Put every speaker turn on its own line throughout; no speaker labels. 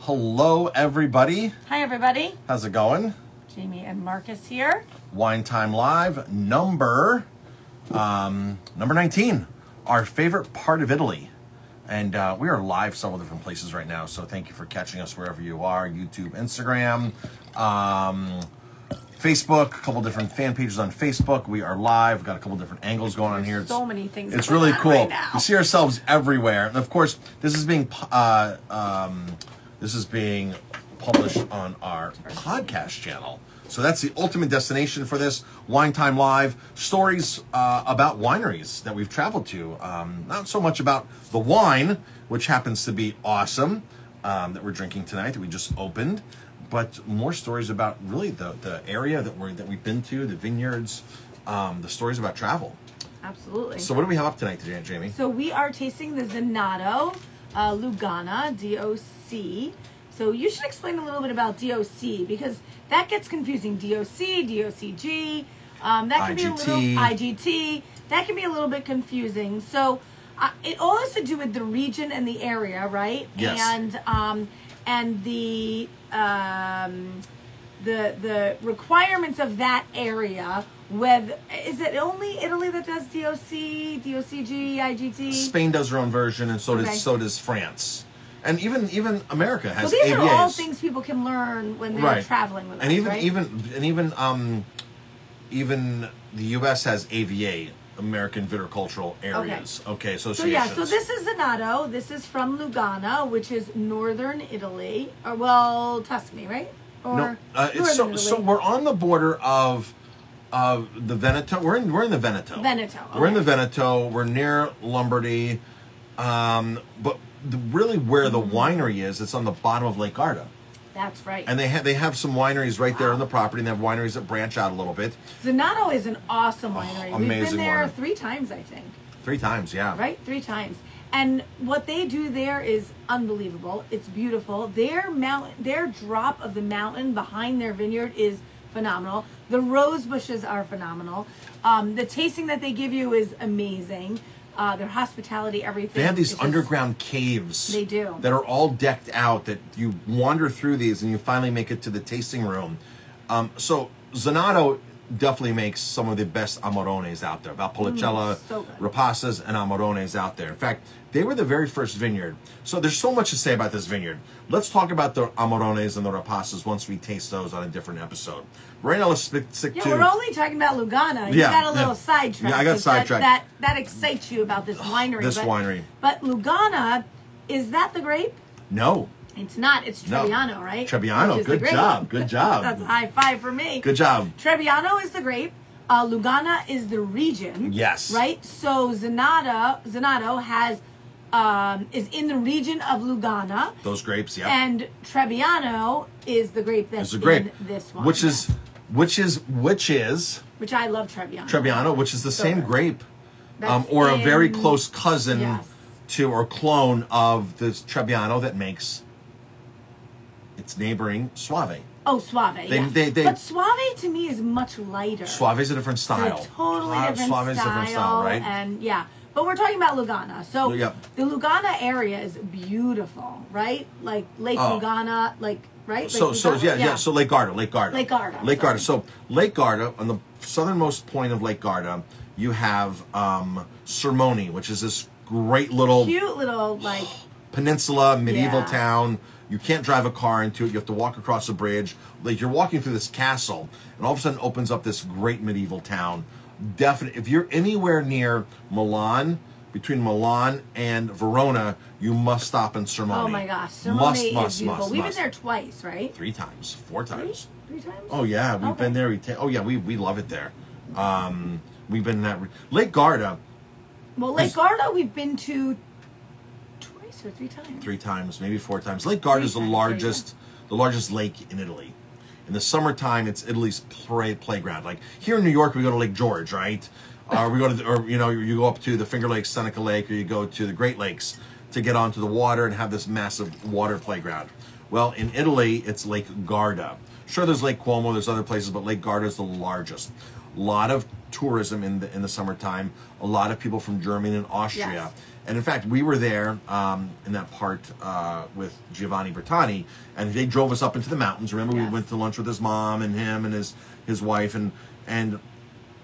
Hello, everybody.
Hi, everybody.
How's it going?
Jamie and Marcus here.
Wine Time Live number um, number 19, our favorite part of Italy. And uh, we are live several different places right now, so thank you for catching us wherever you are YouTube, Instagram, um, Facebook, a couple different fan pages on Facebook. We are live, We've got a couple different angles going on here. It's,
so many things
It's
going
really
on
cool.
right now.
We see ourselves everywhere. And of course, this is being pu- uh, um, this is being published on our podcast channel. So that's the ultimate destination for this Wine Time Live stories uh, about wineries that we've traveled to. Um, not so much about the wine, which happens to be awesome um, that we're drinking tonight that we just opened, but more stories about really the, the area that we're that we've been to, the vineyards, um, the stories about travel.
Absolutely.
So
So,
what do we have up tonight, today, Jamie?
we are tasting the Zanato uh, Lugana DOC. So you should explain a little bit about DOC because that gets confusing. DOC, DOCG, um, that can be a little
IGT.
IGT. That can be a little bit confusing. So uh, it all has to do with the region and the area, right?
Yes.
And um, and the um, the the requirements of that area. With is it only Italy that does DOC, DOCG, IGT?
Spain does her own version, and so does
Okay.
so does France, and even even America
so
has
these are all
AVAs.
things people can learn when they're
right.
traveling with
and
us,
even
right?
even and even um, even the U.S. has AVA, American Viticultural Areas. Okay, so
So yeah, so this is Zanato. This is from Lugana, which is northern Italy, or well, Tuscany, right? Or
no, uh, it's so
northern
so
Italy.
we're on the border of of the Veneto. We're in we're in the Veneto.
Veneto,
We're in the
okay.
Veneto. We're near Lombardy, um, but the, really where the
Mm-hmm.
winery is, it's on the bottom of Lake Garda.
That's right.
and they have they have some wineries right there on the property, and they have wineries that branch out a little bit.
Zanato is an awesome winery. We've
amazing
been there
winery.
three times, I think.
Three times, yeah.
Right? Three times. And what they do there is unbelievable. It's beautiful. Their mountain, their drop of the mountain behind their vineyard is phenomenal. The rose bushes are phenomenal. Um, the tasting that they give you is amazing. Uh, their hospitality, everything.
They have these
is just-
underground caves.
They do.
That are all decked out. That you wander through these, and you finally make it to the tasting room. Um, so Zanato definitely makes some of the best amarones out there. Valpolicella,
Mm, so good.
Rapasas, and amarones out there. In fact, they were the very first vineyard. So there's so much to say about this vineyard. Let's talk about the amarones and the Rapasas once we taste those on a different episode. Right now, let's stick, stick
Yeah,
to.
we're only talking about Lugana. You
Yeah,
got a little
yeah.
sidetracked.
Yeah, I got
'cause
sidetracked.
That, that that excites you about this winery.
this
but-
winery.
But Lugana, is that the grape?
no.
It's not. It's
No.
Trebbiano, right?
Trebbiano,
Which is the
good
grape.
job, good job.
That's a high five for me.
Good job.
Trebbiano is the grape. Uh, Lugana is the region.
Yes.
Right. So Zanato, Zanato has um, is in the region of Lugana,
Those grapes, yeah.
and Trebbiano is the grape that's
It's a grape.
in this one,
Which is which is which is
which I love Trebbiano.
Trebbiano, which is the same
good.
grape. Um,
That's
or a very
in-
close cousin
Yes.
to or clone of this Trebbiano that makes its neighboring Suave.
Oh, Suave. They,
they- they-
but Suave to me is much lighter.
Suave is a different style.
It's a totally
Suave-
different
Suave
style.
is a different style, right?
And yeah, but we're talking about Lugana. So
Yep.
the Lugana area is beautiful, right? Like Lake
Oh.
Lugana, like right? Lake
so so
Lugana?
yeah, yeah so Lake Garda Lake Garda
Lake Garda,
Lake Garda
sorry.
so Lake Garda on the southernmost point of Lake Garda you have um Sermoni which is this great little
cute little like
peninsula, medieval
Yeah.
town. You can't drive a car into it. You have to walk across a bridge. Like you're walking through this castle, and all of a sudden opens up this great medieval town. Definitely, if you're anywhere near Milan, between Milan and Verona, you must stop in Sermoni.
oh my gosh, Simone is beautiful. We've been there twice, right?
three times, four times.
Three times.
Oh yeah, we've
Okay.
been there. We ta- oh yeah, we we love it there. Um, we've been in that re- Lake Garda
Well, Lake Garda, we've been to twice or three times.
three times, maybe four times. Lake Garda is the
Three times,
largest, the largest lake in Italy. In the summertime, it's Italy's play, playground. Like here in New York, we go to Lake George, right? Or we go to, the, or you know, you go up to the Finger Lakes, Seneca Lake, or you go to the Great Lakes to get onto the water and have this massive water playground. Well, in Italy, it's Lake Garda. Sure, there's Lake Cuomo, there's other places, but Lake Garda is the largest. A lot of tourism in the in the summertime. A lot of people from Germany and Austria
Yes.
And in fact, we were there um, in that part uh, with Giovanni Bertani, and they drove us up into the mountains. Remember,
Yes.
we went to lunch with his mom and him and his his wife, and and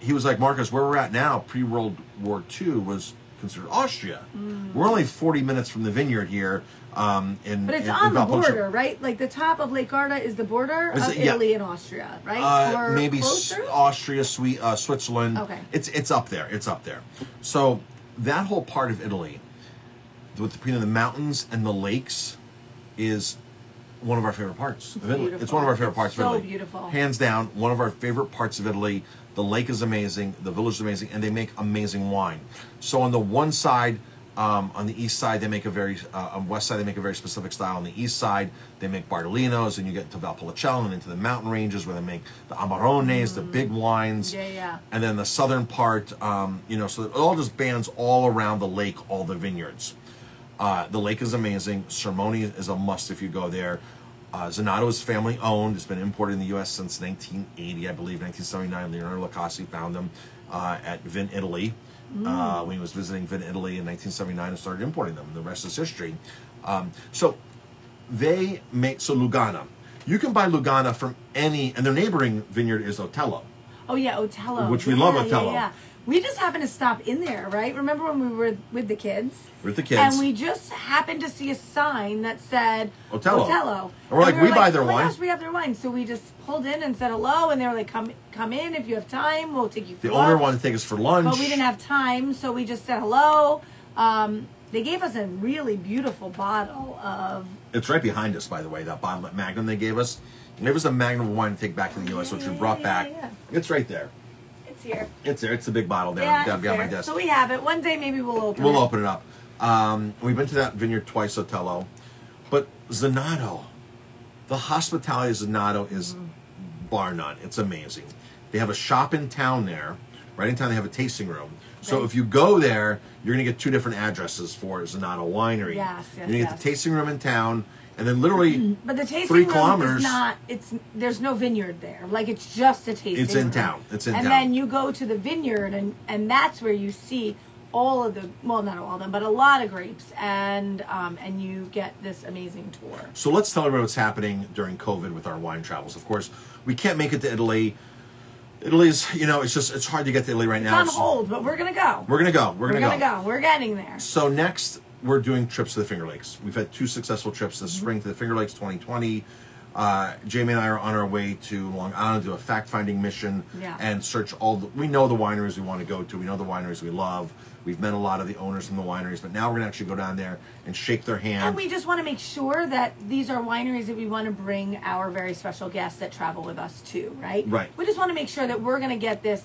he was like, Marcus, where we're at now, pre World War II, was considered Austria.
Mm.
We're only 40 minutes from the vineyard here. Um, in,
But it's
in- in
on the
Valpolicella.
border, right? Like the top of Lake Garda is the border
Is
of
it- yeah.
Italy and Austria, right?
Uh, maybe S-
closer?
Austria, Swe- uh, Switzerland.
Okay.
It's it's up there. It's up there. So that whole part of Italy, with between the mountains and the lakes, is one of our favorite parts of Italy. It's
beautiful.
one of our favorite
It's
parts
so
of Italy.
beautiful.
Hands down, one of our favorite parts of Italy. The lake is amazing. The village is amazing, and they make amazing wine. So on the one side. Um, on the east side, they make a very uh, on west side they make a very specific style. On the east side, they make Bartolinos, and you get to Valpolicella and into the mountain ranges where they make the Amarones, the big wines
Mm. Yeah, yeah.
and then the southern part, um, you know, so it all just bands all around the lake, all the vineyards. Uh, the lake is amazing. Sermoni is a must if you go there. Uh, Zanato is family owned. It's been imported in the U.S. since 1980, I believe, 1979. Leonardo Lacassi found them uh, at Vin Italy
Mm.
uh, when he was visiting Vin Italy in 1979 and started importing them. The rest is history. Um, so they make, so Lugana. You can buy Lugana from any, and their neighboring vineyard is Otello.
Oh yeah, Otello.
Which we
Yeah,
love
yeah,
Otello.
Yeah, We just happened to stop in there, right? Remember when we were with the kids?
With the kids.
And we just happened to see a sign that said
Otello.
Otello.
And we're like,
were
"We buy their
oh my
wine."
Gosh, we have their wine. So we just pulled in and said hello, and they were like, "Come, come in if you have time. We'll take you." For
The owner
lunch."
wanted to take us for lunch.
but we didn't have time, so we just said hello. Um, they gave us a really beautiful bottle of
It's right behind us, by the way. That bottle at Magnum they gave us. They gave us a Magnum of wine to take back to the U.S., which we
yeah,
brought
yeah,
back.
yeah.
It's right there.
it's here.
It's there. It's the big bottle there.
Yeah,
down
it's
behind my
there.
desk.
So we have it. One day maybe we'll open
we'll
it.
open it up. Um, we've been to that vineyard twice, Otello, but Zanato, the hospitality of Zanato is
Mm.
bar none. It's amazing. They have a shop in town there, right in town. They have a tasting room. So
Right.
if you go there, you're gonna get two different addresses for Zanato Winery.
Yes, yes,
You're gonna get
yes.
the tasting room in town, and then literally
But the tasting
Three
room
kilometers.
is not. It's there's no vineyard there. Like it's just a tasting.
It's in
room.
town. It's in
and
town.
then you go to the vineyard, and and that's where you see all of the well, not all of them, but a lot of grapes, and um, and you get this amazing tour.
So let's tell everyone what's happening during COVID with our wine travels. Of course, we can't make it to Italy. Italy's, you know, it's just it's hard to get to Italy right
It's
now.
on hold, but we're gonna go.
We're gonna go. We're
We're
gonna,
gonna go. We're getting there.
So next, we're doing trips to the Finger Lakes. We've had two successful trips this spring to the Finger Lakes 2020. Uh, Jamie and I are on our way to Long Island to do a fact-finding mission
Yeah.
and search all. The, we know the wineries we want to go to. We know the wineries we love. We've met a lot of the owners from the wineries, but now we're gonna actually go down there and shake their hand.
And we just want to make sure that these are wineries that we want to bring our very special guests that travel with us to, right?
Right.
We just want to make sure that we're going to get this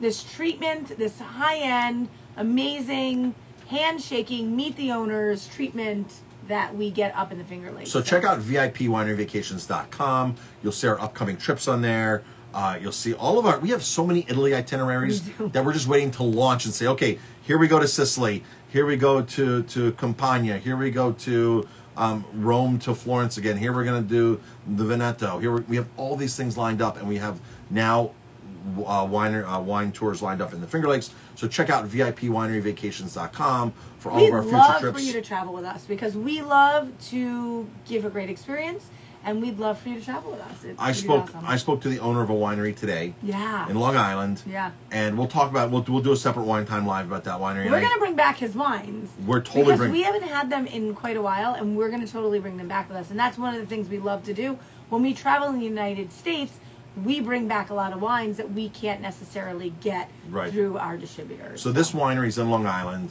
this treatment, this high end, amazing, handshaking, meet the owners treatment that we get up in the Finger Lakes.
So check out VIPWineryVacations.com. You'll see our upcoming trips on there. Uh, you'll see all of our. We have so many Italy itineraries that we're just waiting to launch and say, okay, here we go to Sicily. Here we go to to Campania. Here we go to um, Rome to Florence again. Here we're gonna do the Veneto. Here we we have all these things lined up, and we have now uh, wine uh, wine tours lined up in the Finger Lakes. So check out VIPWineryVacations.com for all
We'd
of our future
love
trips.
for you to travel with us because we love to give a great experience, and we'd love for you to travel with us. It
I
would be
spoke.
awesome.
I spoke to the owner of a winery today.
Yeah.
In Long Island.
Yeah.
And we'll talk about. We'll we'll do a separate wine time live about that winery. And
We're
I-
gonna bring back his wines.
We're totally
because
bring-
we haven't had them in quite a while, and we're gonna totally bring them back with us. And that's one of the things we love to do when we travel in the United States. We bring back a lot of wines that we can't necessarily get
Right.
through our distributors.
So this winery's in Long Island,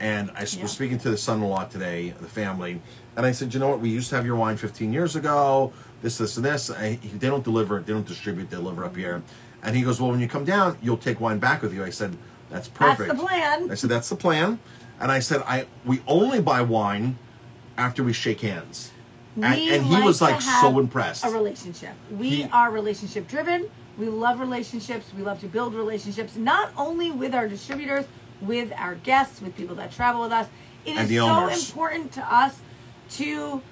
and I s-
Yeah.
was speaking to the son-in-law today, the family, and I said, you know what? We used to have your wine 15 years ago. This, this, and this. I, he- they don't deliver. They don't distribute. They deliver up here. And he goes, well, when you come down, you'll take wine back with you. I said, that's
That's
perfect.
the plan.
I said that's the plan, and I said I we only buy wine after we shake hands.
We
and, and he
like
was
to
like
have
so impressed.
A relationship. We
He-
are relationship driven. We love relationships. We love to build relationships, not only with our distributors, with our guests, with people that travel with us. It is
And the
so
owners.
important to us to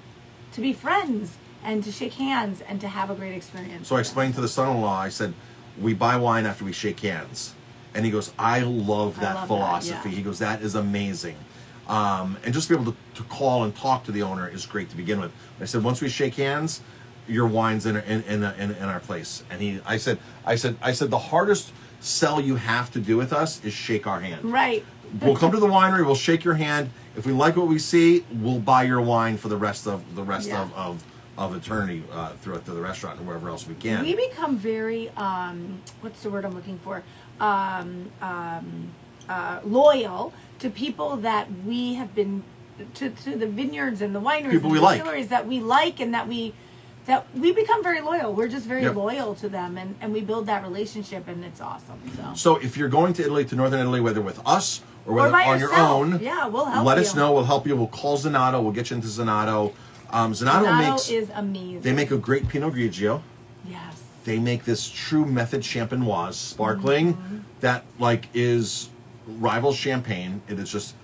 to be friends and to shake hands and to have a great experience.
So I explained to the son-in-law. I said, "We buy wine after we shake hands," and he goes, "I love that
love that,
philosophy."
yeah.
He goes, "That is amazing." Um, and just to be able to, to call and talk to the owner is great to begin with. I said, once we shake hands, your wine's in in in, in, in our place. And he, I said, I said, I said, the hardest sell you have to do with us is shake our hand.
Right.
We'll come to the winery. We'll shake your hand. If we like what we see, we'll buy your wine for the rest of the rest
Yeah.
of, of of eternity uh, throughout to the restaurant and wherever else we can.
We become very um, what's the word I'm looking for? Um, um, uh, loyal to people that we have been to, to the vineyards and the wineries
People
and
we
the
like.
distilleries that we like and that we that we become very loyal. We're just very
Yep.
loyal to them and, and we build that relationship and it's awesome. So,
So if you're going to Italy, to Northern Italy, whether with us or whether
by
on your
yourself.
own,
Yeah, we'll help
Let us
you.
know. We'll help you. We'll call Zanato. We'll get you into Zanato. Um, Zanato,
Donato
makes
is amazing.
they make a great Pinot Grigio.
yes.
They make this true method champenoise sparkling
Mm-hmm.
that like is rivals champagne. It is just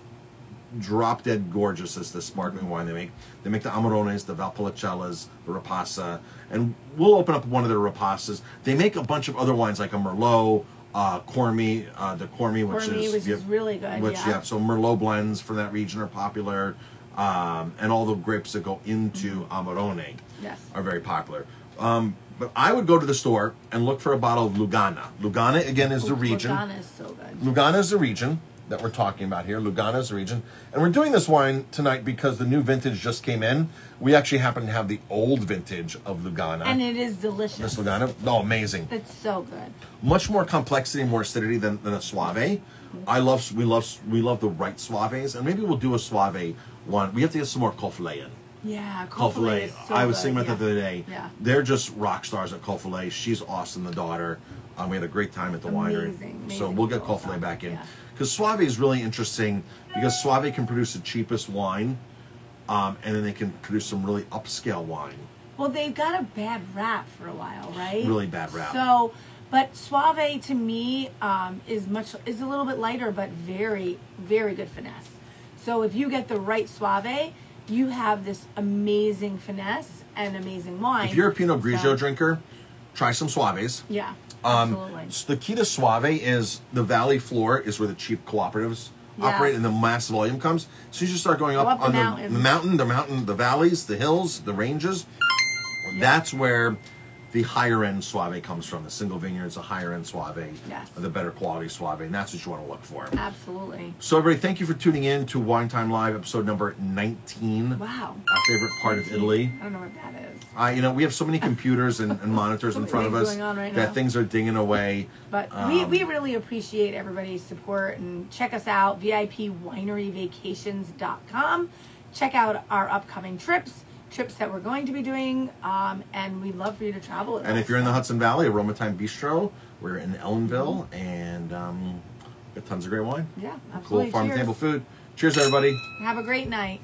drop dead gorgeous is the sparkling wine they make. They make the Amarones, the Valpolicellas, the Rapasa, and we'll open up one of their Rapasas. They make a bunch of other wines like a Merlot, uh, Cormy, uh, the Cormy, which
Cormy,
is
which is really good,
Which
yeah.
so Merlot blends from that region are popular, um, and all the grapes that go into
Mm-hmm.
Amarone
Yes.
are very popular. Um, but I would go to the store and look for a bottle of Lugana. Lugana again is the region.
Lugano is so good.
Lugano is the region that we're talking about here. Lugano is the region. And we're doing this wine tonight because the new vintage just came in. We actually happen to have the old vintage of Lugano.
And it is delicious.
this Lugano, oh, amazing.
It's so good.
Much more complexity, more acidity than, than a Suave. I love, we love, we love the right Suaves. And maybe we'll do a Suave one. We have to get some more Coffee in.
Yeah, Cofilet
Cofilet.
is so
I was
good,
thinking about
yeah.
that the other day.
Yeah.
They're just rock stars at Cofilet. She's awesome, the daughter. Um, we had a great time at the winery.
Amazing,
so
amazing
we'll get
people, so,
Cofilet back in.
yeah.
Because Suave is really interesting because Suave can produce the cheapest wine um, and then they can produce some really upscale wine.
Well, they've got a bad rap for a while, right?
Really bad rap.
So, but Suave to me um, is much is a little bit lighter, but very very good finesse. So if you get the right Suave, you have this amazing finesse and amazing wine.
If you're a Pinot Grigio
So-
drinker, try some Suaves.
yeah,
Um,
absolutely.
so the key to Suave is the valley floor is where the cheap cooperatives operate
Yes.
and the mass volume comes. As soon as you start going up,
up the
on
mountain.
the mountain, the mountain, the valleys, the hills, the ranges, that's where the higher end Suave comes from. The single vineyards, the higher end Suave,
Yes.
the better quality Suave, and that's what you want to look for.
Absolutely.
So everybody, thank you for tuning in to Wine Time Live, episode number 19.
Wow.
Our favorite part of Italy.
I don't know what that is.
Uh, you know, we have so many computers and, and monitors in front of
Something's
us
going on right
that
now.
things are dinging away.
But we,
Um,
we really appreciate everybody's support and check us out, VIPWineryVacations.com. Check out our upcoming trips, trips that we're going to be doing, um, and we'd love for you to travel with
And
us.
if you're in the Hudson Valley, Aroma Time Bistro, we're in Ellenville, and um, got tons of great wine.
Yeah,
Cool
absolutely.
farm
Cheers.
table food. Cheers, everybody.
Have a great night.